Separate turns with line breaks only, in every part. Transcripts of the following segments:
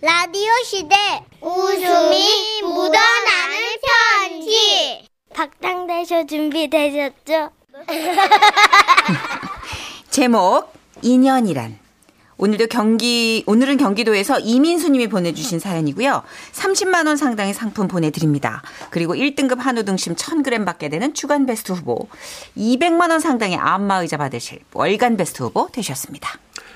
라디오 시대 웃음이 묻어나는 편지 박장대쇼 준비되셨죠?
제목 인연이란 오늘도 경기 오늘은 경기도에서 이민수 님이 보내주신 사연이고요. 30만 원 상당의 상품 보내드립니다. 그리고 1등급 한우 등심 1,000g 받게 되는 주간 베스트 후보, 200만 원 상당의 안마 의자 받으실 월간 베스트 후보 되셨습니다.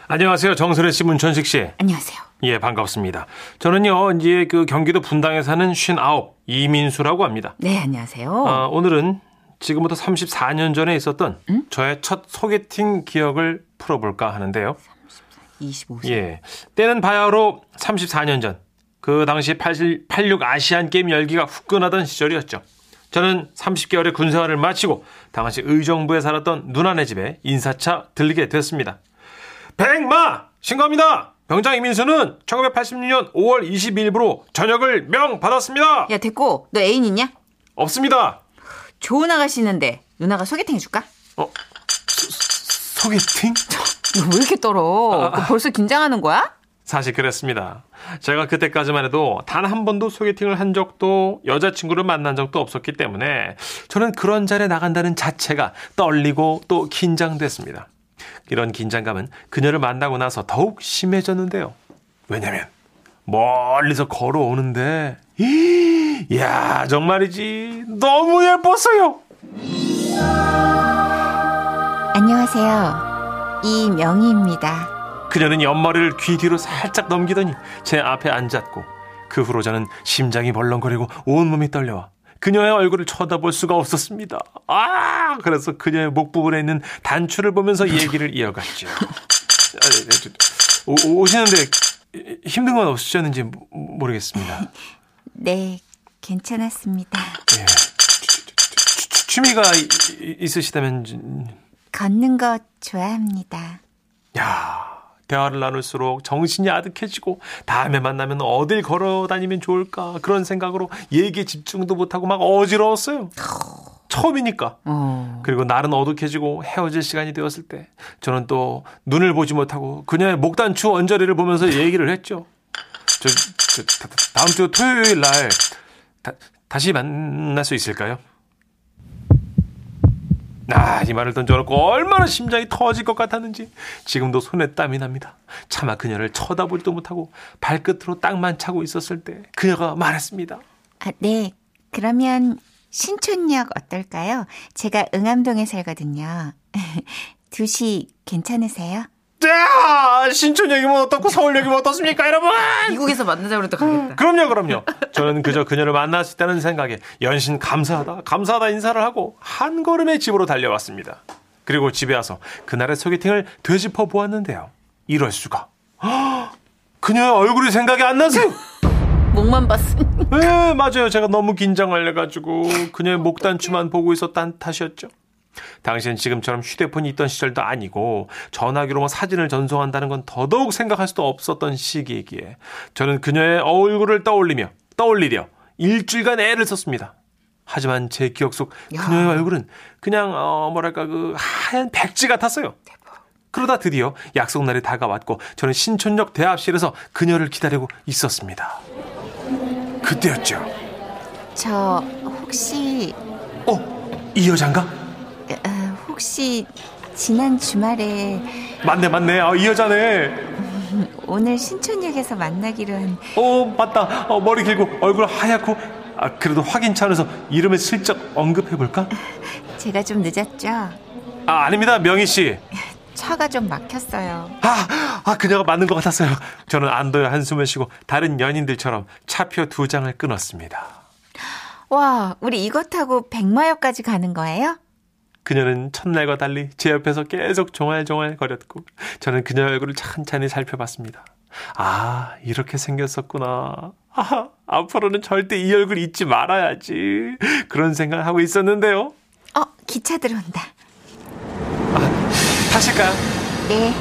안녕하세요. 정설혜 씨, 문천식 씨.
안녕하세요.
예, 반갑습니다. 저는요, 이제 그 경기도 분당에 사는 59 이민수라고 합니다.
네, 안녕하세요.
아, 오늘은 지금부터 34년 전에 있었던 저의 첫 소개팅 기억을 풀어볼까 하는데요.
25세.
예. 때는 바야흐로 34년 전. 그 당시 80, 86 아시안 게임 열기가 후끈하던 시절이었죠. 저는 30개월의 군 생활을 마치고 당시 의정부에 살았던 누나네 집에 인사차 들리게 됐습니다. 백마! 신고합니다! 병장 이민수는 1986년 5월 20일부로 전역을 명 받았습니다!
야, 됐고, 너 애인 있냐?
없습니다!
좋은 아가씨 있는데 누나가 소개팅 해줄까?
어? 소- 소- 소개팅?
너 왜 이렇게 떨어? 너 벌써 긴장하는 거야?
사실 그랬습니다. 제가 그때까지만 해도 단 한 번도 소개팅을 한 적도 여자친구를 만난 적도 없었기 때문에 저는 그런 자리에 나간다는 자체가 떨리고 또 긴장됐습니다. 이런 긴장감은 그녀를 만나고 나서 더욱 심해졌는데요. 왜냐면 멀리서 걸어오는데 이야 정말이지 너무 예뻤어요.
안녕하세요. 이명희입니다.
그녀는 옆머리를 귀 뒤로 살짝 넘기더니 제 앞에 앉았고 그 후로 저는 심장이 벌렁거리고 온몸이 떨려와 그녀의 얼굴을 쳐다볼 수가 없었습니다. 아 그래서 그녀의 목 부분에 있는 단추를 보면서 얘기를 이어갔죠. 아, 네, 네, 저, 오, 오시는데 힘든 건 없으셨는지 모- 모르겠습니다.
네, 괜찮았습니다.
예. 취- 취- 취미가 이- 이- 있으시다면 좀-
걷는 거 좋아합니다.
야, 대화를 나눌수록 정신이 아득해지고 다음에 만나면 어딜 걸어 다니면 좋을까 그런 생각으로 얘기에 집중도 못하고 막 어지러웠어요. 처음이니까.
어.
그리고 날은 어둑해지고 헤어질 시간이 되었을 때 저는 또 눈을 보지 못하고 그녀의 목단추 언저리를 보면서 얘기를 했죠. 저, 저 다- 다- 다음 주 토요일 날 다, 다시 만날 수 있을까요? 아, 이 말을 던져놓고 얼마나 심장이 터질 것 같았는지 지금도 손에 땀이 납니다. 차마 그녀를 쳐다보지도 못하고 발끝으로 땅만 차고 있었을 때 그녀가 말했습니다.
아, 네. 그러면 신촌역 어떨까요? 제가 응암동에 살거든요. 2시 괜찮으세요?
야! 신촌역이면 어떻고 서울역이면 어떻습니까, 여러분?
미국에서 만나자고 그래도 가겠다.
음, 그럼요, 그럼요. 저는 그저 그녀를 만날 수 있다는 생각에 연신 감사하다, 감사하다 인사를 하고 한 걸음에 집으로 달려왔습니다. 그리고 집에 와서 그날의 소개팅을 되짚어 보았는데요. 이럴 수가. 헉! 그녀의 얼굴이 생각이 안 나세요?
음. 목만 봤으니.
네, 맞아요. 제가 너무 긴장을 해가지고 그녀의 목단추만 보고 있었단 탓이었죠. 당신 지금처럼 휴대폰이 있던 시절도 아니고 전화기로만 사진을 전송한다는 건 더더욱 생각할 수도 없었던 시기이기에 저는 그녀의 얼굴을 떠올리며 떠올리려 일주일간 애를 썼습니다. 하지만 제 기억 속 그녀의 얼굴은 그냥 어 뭐랄까 그 하얀 백지 같았어요. 그러다 드디어 약속 날이 다가왔고 저는 신촌역 대합실에서 그녀를 기다리고 있었습니다. 그때였죠.
저 혹시
어, 이 여잔가?
어, 혹시 지난 주말에
맞네, 맞네. 아, 이 여자네.
오늘 신촌역에서 만나기로 한
어, 맞다. 어, 머리 길고 얼굴 하얗고. 아, 그래도 확인 차원에서 이름을 슬쩍 언급해 볼까?
제가 좀 늦었죠?
아, 아닙니다, 명희 씨.
차가 좀 막혔어요.
아, 아, 그녀가 맞는 것 같았어요. 저는 안도의 한숨을 쉬고 다른 연인들처럼 차표 두 장을 끊었습니다.
와, 우리 이거 타고 백마역까지 가는 거예요?
그녀는 첫날과 달리 제 옆에서 계속 종알종알 거렸고 저는 그녀 얼굴을 찬찬히 살펴봤습니다. 아 이렇게 생겼었구나. 아, 앞으로는 절대 이 얼굴 잊지 말아야지 그런 생각을 하고 있었는데요.
어, 기차 들어온다.
타실까요?
네.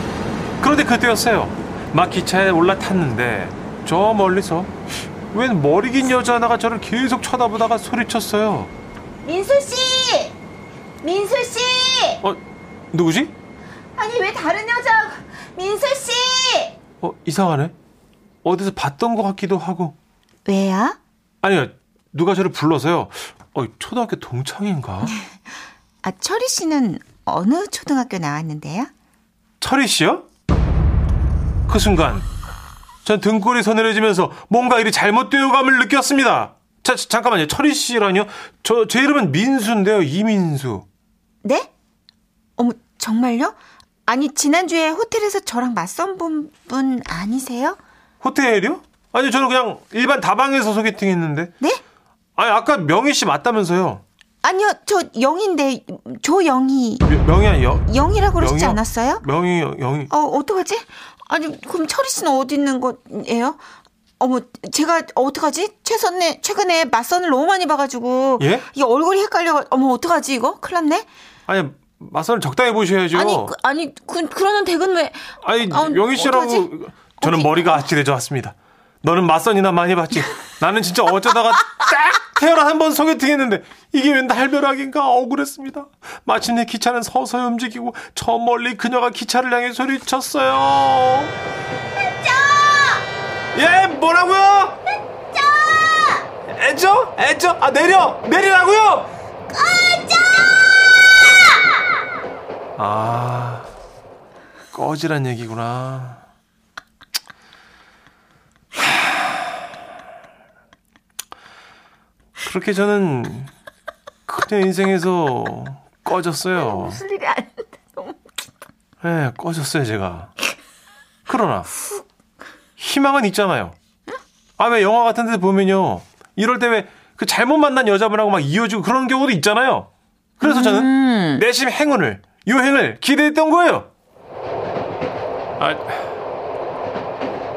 그런데 그때였어요. 막 기차에 올라탔는데 저 멀리서 웬 머리 긴 여자 하나가 저를 계속 쳐다보다가 소리쳤어요.
민수 씨, 민수 씨,
어 누구지?
아니 왜 다른 여자 민수 씨,
어 이상하네. 어디서 봤던 것 같기도 하고.
왜요?
아니요, 누가 저를 불러서요. 어, 초등학교 동창인가?
아, 철희 씨는 어느 초등학교 나왔는데요?
철희 씨요? 그 순간 전 등골이 서늘해지면서 뭔가 일이 잘못되어감을 느꼈습니다. 자, 자, 잠깐만요. 철희 씨라뇨? 저, 제 이름은 민수인데요. 이민수.
네? 어머, 정말요? 아니, 지난주에 호텔에서 저랑 맞선 분, 분 아니세요?
호텔이요? 아니, 저는 그냥 일반 다방에서 소개팅 했는데.
네?
아니, 아까 명희 씨 맞다면서요.
아니요, 저 영인데, 조영희.
명- 명희 아니요?
영희라고 그러지
영희요?
않았어요?
명희, 영희.
어, 어떡하지? 아니, 그럼 철희 씨는 어디 있는 거예요? 어머, 제가 어떡하지? 최선에, 최근에 맞선을 너무 많이 봐가지고.
예?
이게 얼굴이 헷갈려. 어머, 어떡하지, 이거? 큰일 났네?
아니, 맞선을 적당히 보셔야죠.
아니, 그, 아니, 그, 그러는 댁은 왜.
어. 아니
아,
영희 씨라고
어떡하지?
저는 머리가 아찔해져 왔습니다. 너는 맞선이나 많이 봤지. 나는 진짜 어쩌다가 딱 태어나 한 번 소개팅했는데 이게 웬 날벼락인가 억울했습니다. 마침내 기차는 서서히 움직이고 저 멀리 그녀가 기차를 향해 소리쳤어요. 예 뭐라고요? 애죠? 애죠? 아 내려 내리라고요? 꺼져! 아 꺼지란 얘기구나. 그렇게 저는 그녀 인생에서 꺼졌어요.
무슨 일이 아닌데. 너무
예, 꺼졌어요, 제가. 그러나, 희망은 있잖아요. 아, 왜 영화 같은 데서 보면요. 이럴 때 왜 그 잘못 만난 여자분하고 막 이어지고 그런 경우도 있잖아요.
음.
그래서
음.
저는 내심 행운을, 요행을 기대했던 거예요. 아,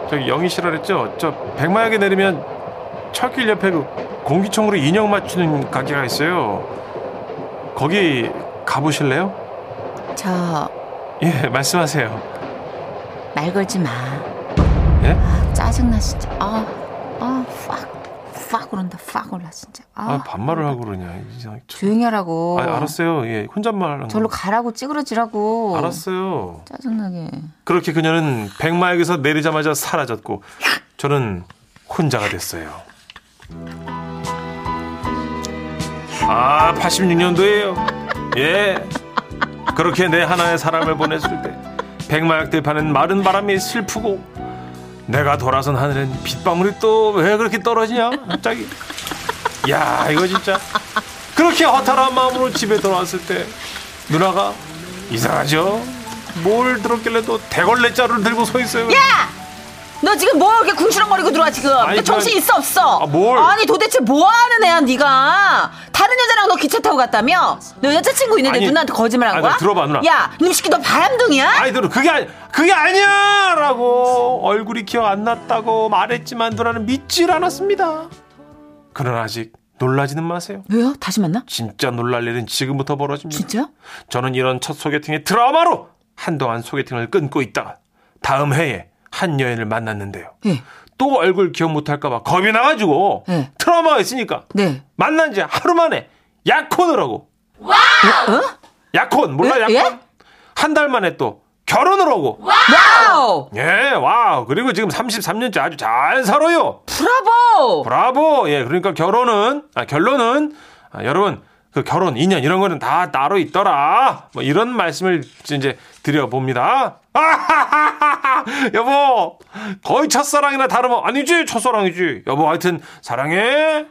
저기 영희 씨라 그랬죠? 저 백마역에 내리면 철길 옆에 그 공기총으로 인형 맞추는 가게가 있어요. 거기 가보실래요?
저,
예, 말씀하세요.
말 걸지 마.
예?
아, 짜증나 진짜. 아, 아, 팍, 팍 오른다. 팍 올라 진짜. 아,
아, 반말을 하고 그러냐. 이상해.
조용히 하라고.
아, 알았어요. 예, 혼잣말 한
절로
거.
가라고 찌그러지라고.
알았어요.
짜증나게.
그렇게 그녀는 백마역에서 내리자마자 사라졌고 저는 혼자가 됐어요. 아, 86년도예요. 예. 그렇게 내 하나의 사람을 보냈을 때 백마역 들판은 마른 바람이 슬프고 내가 돌아선 하늘엔 빗방울이 또 왜 그렇게 떨어지냐? 갑자기. 야, 이거 진짜. 그렇게 허탈한 마음으로 집에 돌아왔을 때 누나가 이상하죠? 뭘 들었길래 또 대걸레 자루를 들고 서 있어요.
너 지금 뭐 이렇게 궁시렁거리고 들어와 지금?
아니,
너 정신
그건-
있어 없어?
아, 뭘?
아니 도대체 뭐 하는 애야 네가? 다른 여자랑 너 기차 타고 갔다며? 너 여자친구 있는데
아니,
누나한테 거짓말한
아니,
거야?
나 들어봐, 누나.
야, 이 새끼 너 바람둥이야?
아이 누나 그게 아니 그게 아니야라고 얼굴이 기억 안 났다고 말했지만 누나는 믿질 않았습니다. 그러나 아직 놀라지는 마세요.
왜요? 다시 만나?
진짜 놀랄 일은 지금부터 벌어집니다.
진짜요?
저는 이런 첫 소개팅의 드라마로 한동안 소개팅을 끊고 있다가 다음 해에 한 여인을 만났는데요.
예.
또 얼굴 기억 못할까봐 겁이 나가지고
네.
트라우마가 있으니까
네.
만난 지 하루 만에 약혼을 하고
어?
약혼 몰라
예?
약혼 한 달 만에 또 결혼을 하고
와우!
예 와우 그리고 지금 33년째 아주 잘 살아요
브라보!
브라보 예 그러니까 결혼은 아 결론은 아, 여러분 그 결혼 인연 이런 거는 다 따로 있더라 뭐 이런 말씀을 이제 드려봅니다 아하하하하 여보 거의 첫사랑이나 다름없 아니지 첫사랑이지 여보 하여튼 사랑해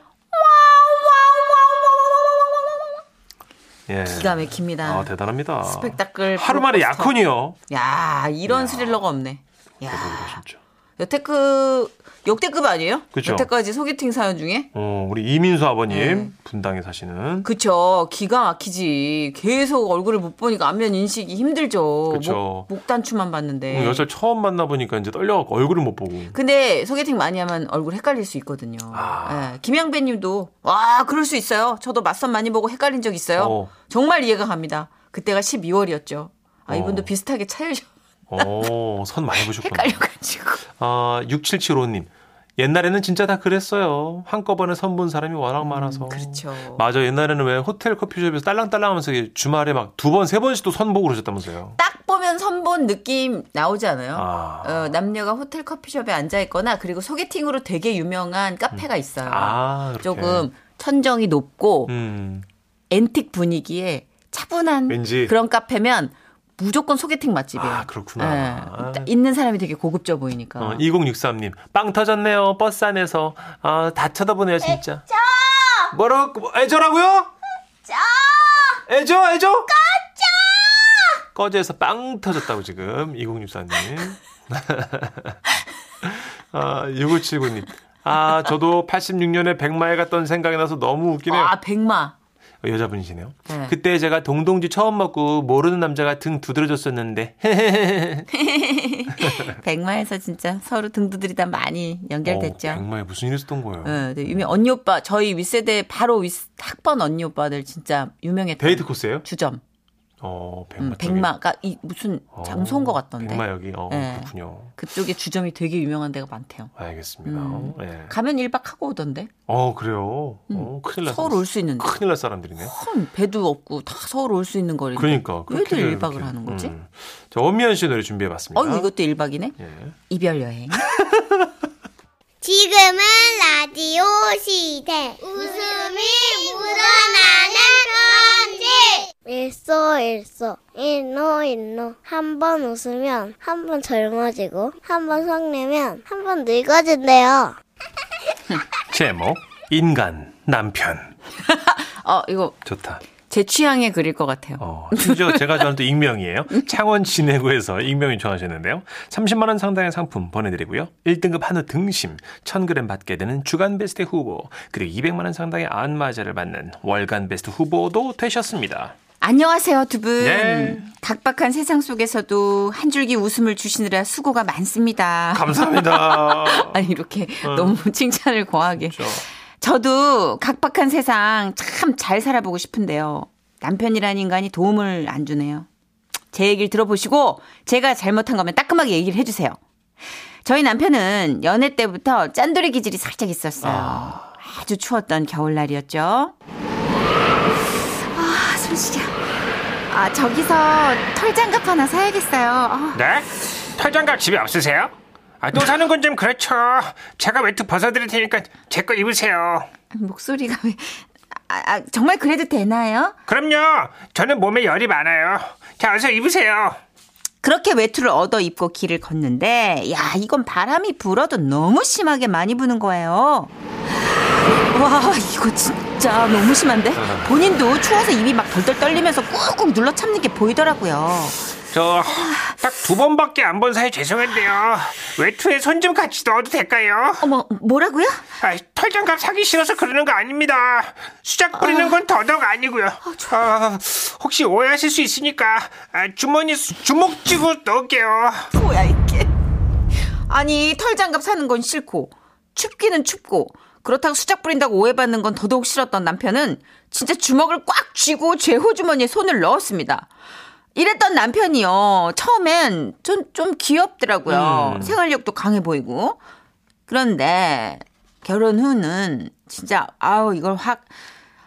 예.
기가 그 막힙니다.
아 대단합니다.
스펙타클
하루 만에
블록버스터.
약혼이요.
야, 이런 스릴러가 없네. 야.
진짜.
여태급 역대급 아니에요?
그쵸.
여태까지 소개팅 사연 중에?
어 우리 이민수 아버님
네.
분당에 사시는
그쵸. 기가 막히지. 계속 얼굴을 못 보니까 안면 인식이 힘들죠.
그쵸.
목, 목단추만 봤는데.
여자 처음 만나보니까 이제 떨려갖고 얼굴을 못 보고.
그 근데 소개팅 많이 하면 얼굴 헷갈릴 수 있거든요.
아.
예, 김양배 님도, 와, 그럴 수 있어요. 저도 맞선 많이 보고 헷갈린 적 있어요.
어.
정말 이해가 갑니다. 그때가 12월이었죠. 아, 이분도
어.
비슷하게 차여져
어, 선 많이 보셨구나.
헷갈려가지고.
아, 6775님. 옛날에는 진짜 다 그랬어요. 한꺼번에 선 본 사람이 워낙 많아서.
그렇죠.
맞아. 옛날에는 왜 호텔 커피숍에서 딸랑딸랑 하면서 이게 주말에 막 두 번, 세 번씩도 선 보고 그러셨다면서요.
딱 보면 선본 느낌 나오지 않아요?
아.
어, 남녀가 호텔 커피숍에 앉아 있거나 그리고 소개팅으로 되게 유명한 카페가 있어요.
아, 그렇게.
조금 천정이 높고
음.
앤틱 분위기에 차분한
왠지.
그런 카페면 무조건 소개팅 맛집이에요.
아, 그렇구나.
예. 있는 사람이 되게 고급져 보이니까.
어, 2063님 빵 터졌네요 버스 안에서 아, 다 쳐다보네요 진짜 뭐라고 뭐, 애저라고요? 애저 애저 꺼져 꺼져서 빵 터졌다고 지금 2064님 아, 6579님 아 저도 86년에 백마에 갔던 생각이 나서 너무 웃기네요
아, 백마.
여자분이시네요
네.
그때 제가 동동지 처음 먹고 모르는 남자가 등 두드려줬었는데 네.
백마에서 진짜 서로 등두들이 다 많이 연결됐죠.
어, 백마에 무슨 일 있었던 거예요
예, 네, 유명 언니 오빠 저희 윗세대 바로 윗 학번 언니 오빠들 진짜 유명했던
데이트 코스예요?
주점
어, 백마.
음,
쪽에.
백마가 이 무슨
어,
장소인 것 같던데
백마 여기. 어,
네.
그렇군요.
그쪽에 주점이 되게 유명한 데가 많대요.
알겠습니다.
음.
예.
가면 1박 하고 오던데
어, 그래요. 어, 큰일 날
서울
사람.
올 수 있는데
큰일 날 사람들이네.
큰 배도 없고 다 서울 올 수 있는 거리인데
그러니까.
왜들
그렇게
1박을
이렇게.
하는 거지?
음. 자, 원미연 씨 노래 준비해 봤습니다.
어유 이것도 1박이네
예.
이별 여행
지금은 라디오 시대. 웃음이 묻어나는 편지. 일소 일소 일노 일노 한 번 웃으면 한 번 젊어지고 한 번 성내면 한 번 늙어진대요.
제목 인간 남편.
어 이거
좋다.
제 취향에 그릴 것 같아요
어, 심지어 제가 저는 또 익명이에요. 창원 진해구에서 익명이 좋아하셨는데요. 30만 원 상당의 상품 보내드리고요. 1등급 한우 등심 1,000g 받게 되는 주간 베스트 후보 그리고 200만 원 상당의 안마자를 받는 월간 베스트 후보도 되셨습니다.
안녕하세요 두 분.
네.
각박한 세상 속에서도 한 줄기 웃음을 주시느라 수고가 많습니다.
감사합니다. 그렇죠.
아니 이렇게
어.
너무 칭찬을 과하게.
진짜.
저도 각박한 세상 참 잘 살아보고 싶은데요. 남편이라는 인간이 도움을 안 주네요. 제 얘기를 들어보시고 제가 잘못한 거면 따끔하게 얘기를 해주세요. 저희 남편은 연애 때부터 짠돌이 기질이 살짝 있었어요. 아주 추웠던 겨울날이었죠. 아, 숨쉬자. 아, 저기서 털장갑 하나 사야겠어요. 아,
네? 털장갑 집에 없으세요? 아, 또 사는 건 좀 그렇죠. 제가 외투 벗어드릴 테니까 제 거 입으세요.
목소리가 왜. 아, 아, 정말 그래도 되나요?
그럼요. 저는 몸에 열이 많아요. 자, 어서 입으세요.
그렇게 외투를 얻어 입고 길을 걷는데, 야, 이건 바람이 불어도 너무 심하게 많이 부는 거예요. 와, 이거 진짜 너무 심한데? 본인도 추워서 입이 막 덜덜 떨리면서 꾹꾹 눌러 참는 게 보이더라고요.
저 딱 두 번밖에 안 본 사이 죄송한데요. 외투에 손 좀 같이 넣어도 될까요?
어머, 뭐라고요?
아, 털장갑 사기 싫어서 그러는 거 아닙니다. 수작 부리는 건 더더욱 아니고요. 아, 혹시 오해하실 수 있으니까 아, 주머니 수- 주먹 쥐고 넣을게요.
뭐야 이게 아니 털장갑 사는 건 싫고 춥기는 춥고 그렇다고 수작 부린다고 오해받는 건 더더욱 싫었던 남편은 진짜 주먹을 꽉 쥐고 제 호주머니에 손을 넣었습니다 이랬던 남편이요 처음엔 전 좀 귀엽더라고요
음.
생활력도 강해 보이고 그런데 결혼 후는 진짜 아우 이걸 확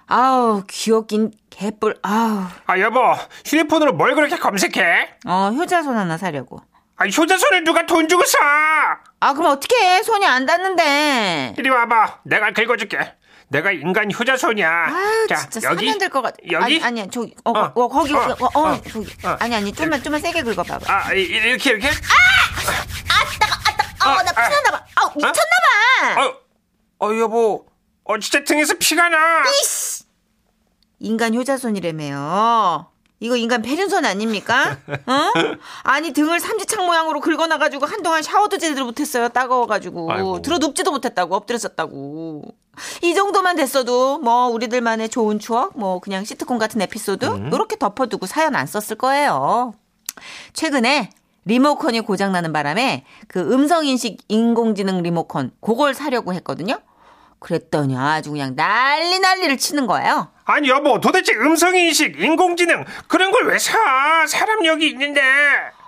아우 귀엽긴 개뿔 아우
아 여보 휴대폰으로 뭘 그렇게 검색해?
어 효자손 하나 사려고
아 효자손을 누가 돈 주고 사?
아 그럼 어떡해 손이 안 닿는데
이리 와봐 내가 긁어줄게. 내가 인간 효자손이야.
아유, 진짜 사면 될 것 같아.
여기
아니, 아니야, 저기, 어,
어,
어, 거기,
어,
어, 어,
어,
저기.
어.
아니, 아니, 좀만, 좀만 세게 긁어봐봐.
아 이- 이렇게 이렇게?
아,
아,
나
아.
피났나봐. 아우, 미쳤나봐.
어, 어 여보 어 진짜 등에서 피가 나.
인간 효자손이라며요. 이거 인간 배륜손 아닙니까? 어? 아니, 등을 삼지창 모양으로 긁어놔가지고 한동안 샤워도 제대로 못했어요. 따가워가지고.
아이고.
들어 눕지도 못했다고, 엎드렸었다고. 이 정도만 됐어도, 뭐, 우리들만의 좋은 추억, 뭐, 그냥 시트콤 같은 에피소드,
음.
요렇게 덮어두고 사연 안 썼을 거예요. 최근에 리모컨이 고장나는 바람에 그 음성인식 인공지능 리모컨 그걸 사려고 했거든요. 그랬더니 아주 그냥 난리 난리를 치는 거예요.
아니 여보 도대체 음성인식 인공지능 그런 걸 왜 사? 사람 여기 있는데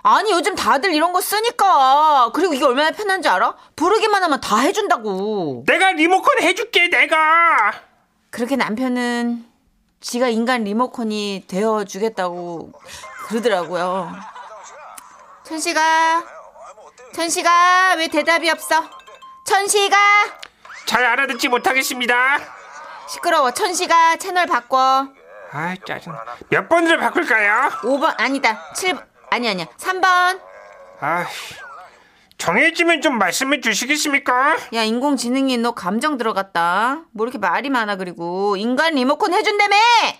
아니 요즘 다들 이런 거 쓰니까 그리고 이게 얼마나 편한지 알아? 부르기만 하면 다 해준다고.
내가 리모컨 해줄게 내가
그렇게 남편은 지가 인간 리모컨이 되어 주겠다고 그러더라고요. 천식아. 천식아, 왜 대답이 없어? 천식아!
잘 알아듣지 못하겠습니다.
시끄러워. 천식아, 채널 바꿔.
아 짜증나. 몇 번을 바꿀까요?
5번, 아니다. 7, 아니, 아니야. 3번.
아 정해지면 좀 말씀해 주시겠습니까?
야, 인공지능이 너 감정 들어갔다. 뭐 이렇게 말이 많아, 그리고. 인간 리모컨 해준다며!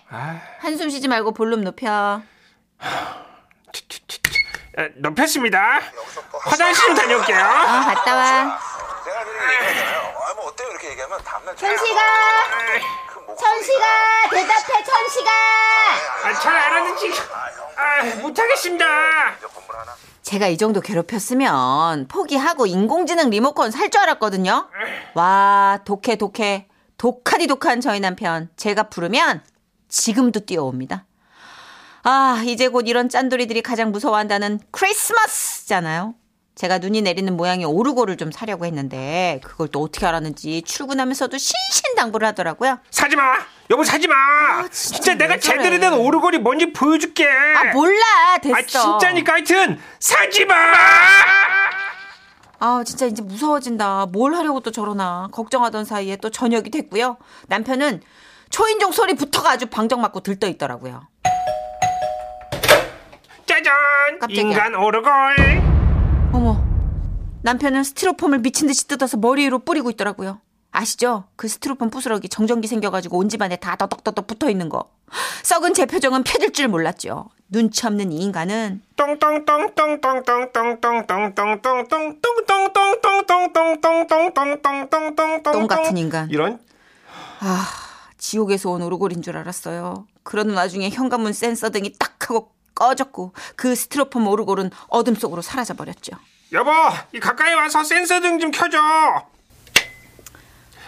아,
한숨 쉬지 말고 볼륨 높여. 아,
치, 치, 치, 치. 에, 높였습니다. 화장실 좀 다녀올게요.
아, 갔다 와.
내가 그렇게 얘기하잖아요. 아, 뭐 어때요? 이렇게 얘기하면 다음날 그
천식아! 대답해, 천식아!
아, 잘 알아듣지. 아, 못하겠습니다.
건물 하나.
제가 이 정도 괴롭혔으면 포기하고 인공지능 리모컨 살 줄 알았거든요. 와, 독해, 독해. 독하디 독한 저희 남편. 제가 부르면 지금도 뛰어옵니다. 아, 이제 곧 이런 짠돌이들이 가장 무서워한다는 크리스마스잖아요. 제가 눈이 내리는 모양의 오르골을 좀 사려고 했는데 그걸 또 어떻게 알았는지 출근하면서도 신신당부를 하더라고요.
사지 마. 여보 사지 마. 진짜, 내가
왜 저래.
제대로 된 오르골이 뭔지 보여줄게.
아, 몰라. 됐어.
아, 진짜니까 하여튼 사지 마.
아, 진짜 이제 무서워진다. 뭘 하려고 또 저러나. 걱정하던 사이에 또 저녁이 됐고요. 남편은 초인종 소리부터가 아주 방정 맞고 들떠 있더라고요.
짜잔.
깜짝이야.
인간 오르골.
어머. 남편은 스티로폼을 미친 듯이 뜯어서 머리 위로 뿌리고 있더라고요. 아시죠? 그 스티로폼 부스러기 정전기 생겨가지고 온 집안에 다 더덕더덕 붙어 있는 거. 썩은 제 표정은 펴질 줄 몰랐죠. 눈치 없는 이 인간은 똥 같은 인간.
이런
아, 지옥에서 온 오르골인 줄 알았어요. 그러는 와중에 현관문 센서 등이 딱 하고 꺼졌고 그 스티로폼 오르골은 어둠 속으로 사라져 버렸죠.
여보 이 가까이 와서 센서 등 좀 켜줘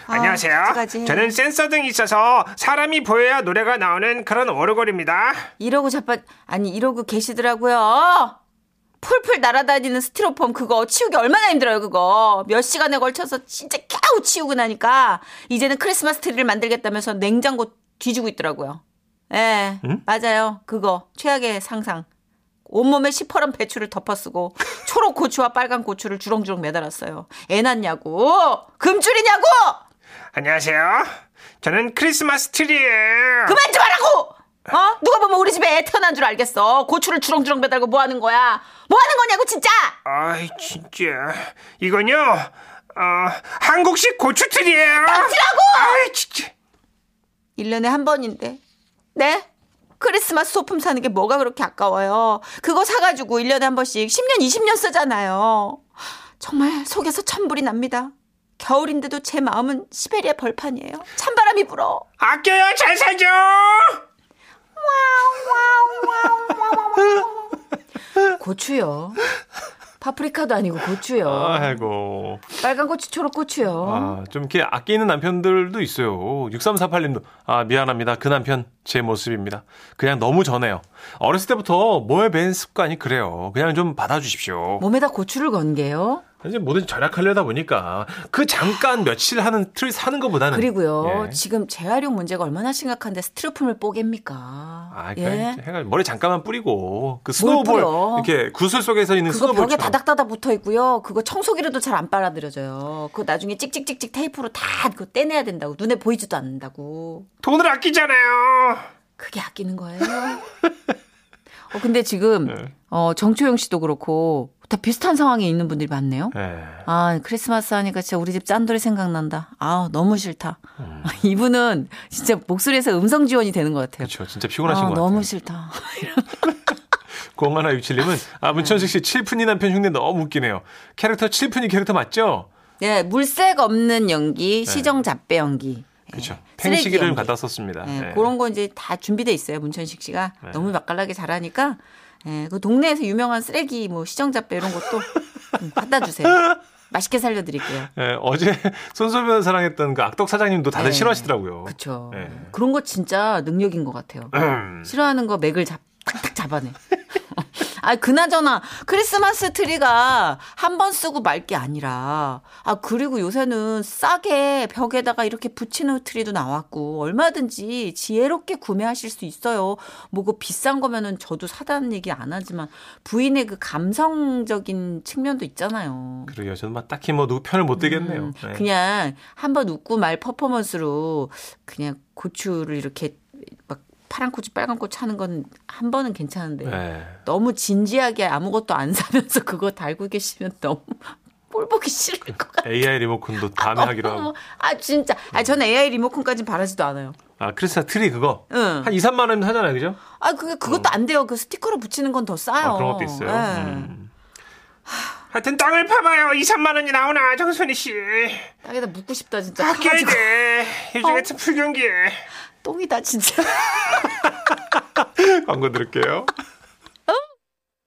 아,
안녕하세요 저는 센서 등이 있어서 사람이 보여야 노래가 나오는 그런 오르골입니다
이러고 자빠 아니 이러고 계시더라고요. 풀풀 날아다니는 스티로폼 그거 치우기 얼마나 힘들어요 그거 몇 시간에 걸쳐서 진짜 겨우 치우고 나니까 이제는 크리스마스 트리를 만들겠다면서 냉장고 뒤지고 있더라고요. 예 맞아요 그거 최악의 상상 온몸에 시퍼런 배추를 덮어쓰고 초록 고추와 빨간 고추를 주렁주렁 매달았어요. 애 낳냐고 금줄이냐고
안녕하세요 저는 크리스마스 트리예요
그만 좀 하라고! 어? 누가 보면 우리 집에 애 태어난 줄 알겠어. 고추를 주렁주렁 매달고 뭐 하는 거야? 뭐 하는 거냐고, 진짜!
아이 진짜 이건요 어, 한국식 고추 트리예요
닥치라고!
아이 진짜
1년에 한 번인데. 네? 크리스마스 소품 사는 게 뭐가 그렇게 아까워요. 그거 사가지고 1년에 한 번씩 10년, 20년 쓰잖아요. 정말 속에서 천불이 납니다. 겨울인데도 제 마음은 시베리아 벌판이에요. 찬바람이 불어.
아껴요 잘 살죠
고추요. 파프리카도 아니고 고추요.
아이고
빨간 고추, 초록 고추요.
아, 좀 이렇게 아끼는 남편들도 있어요. 6348님도 아 미안합니다. 그 남편 제 모습입니다. 그냥 너무 전해요. 어렸을 때부터 뭐에 밴 습관이 그래요. 그냥 좀 받아주십시오.
몸에다 고추를 건 게요.
이제 뭐든 절약하려다 보니까 그 잠깐 며칠 하는 틀 사는 것보다는
그리고요,
예.
지금 재활용 문제가 얼마나 심각한데 스티로폼을 뽀갭니까?
아, 그러니까
예.
해가 머리 잠깐만 뿌리고 그 스노볼
뭘 뿌려?
이렇게 구슬 속에서 있는
그거
스노볼
벽에 다닥다닥 붙어 있고요. 그거 청소기로도 잘 안 빨아들여져요. 그거 나중에 찍찍찍찍 테이프로 다 그거 떼내야 된다고. 눈에 보이지도 않는다고.
돈을 아끼잖아요.
그게 아끼는 거예요. 어, 근데 지금,
네.
어, 정초영 씨도 그렇고, 다 비슷한 상황에 있는 분들이 많네요.
예.
아, 크리스마스 하니까 진짜 우리 집 짠돌이 생각난다. 아, 너무 싫다.
음.
이분은 진짜 목소리에서 음성 지원이 되는 것 같아요.
그렇죠. 진짜
아,
피곤하신 것 같아요.
너무 싫다.
공하나 육칠님은 아
네.
문천식 씨 칠푼이 남편 흉내 너무 웃기네요. 캐릭터 칠푼이 캐릭터 맞죠?
예, 물색 없는 연기,
네.
시정 잡배 연기.
그렇죠.
네. 쓰레기
팽식이를
연기.
갖다 썼습니다.
예,
예.
그런 거 이제 다 준비돼 있어요. 문천식 씨가
네.
너무 맛깔나게 잘하니까 예, 그 동네에서 유명한 쓰레기 뭐 시정 잡배 이런 것도 음, 갖다 주세요. 맛있게 살려드릴게요.
예, 어제 손소변 사랑했던 그 악덕 사장님도 다들
예.
싫어하시더라고요.
그렇죠.
예.
그런
음.
거 진짜 능력인 것 같아요. 싫어하는 거 맥을 잡, 탁 잡아내.
아, 그나저나 크리스마스 트리가 한 번 쓰고 말 게 아니라 아, 그리고 요새는 싸게 벽에다가 이렇게 붙이는 트리도 나왔고 얼마든지 지혜롭게 구매하실 수 있어요. 뭐그 비싼 거면은 저도 사다는 얘기 안 하지만 부인의 그 감성적인 측면도 있잖아요.
그러게요. 저는 막 딱히 뭐 누구 편을 못 들겠네요.
음,
네.
그냥 한 번 웃고 말 퍼포먼스로 그냥 고추를 이렇게 막 파란 고추 빨간 고추 하는 건 한 번은 괜찮은데
네.
너무 진지하게 아무것도 안 사면서 그거 달고 계시면 너무 꼴 보기 싫을 것 같아요.
AI 리모컨도 다음에 하기로 하고. 음.
아 진짜. 아 저는 AI 리모컨까진 바라지도 않아요.
아, 크리스마스 트리 그거.
응.
한 2, 3만 원이면 사잖아요. 그죠?
아 그게 그것도 안 돼요. 그 스티커로 붙이는 건 더 싸요.
아, 그런 것도 있어요.
예.
음. 하여튼 땅을 파봐요. 2, 3만 원이 나오나 정선희 씨.
땅에다 묻고 싶다 진짜.
바뀌어야
아, 가가지고 어.
돼. 요즘 같은 풀경기에.
똥이다 진짜.
광고 드릴게요.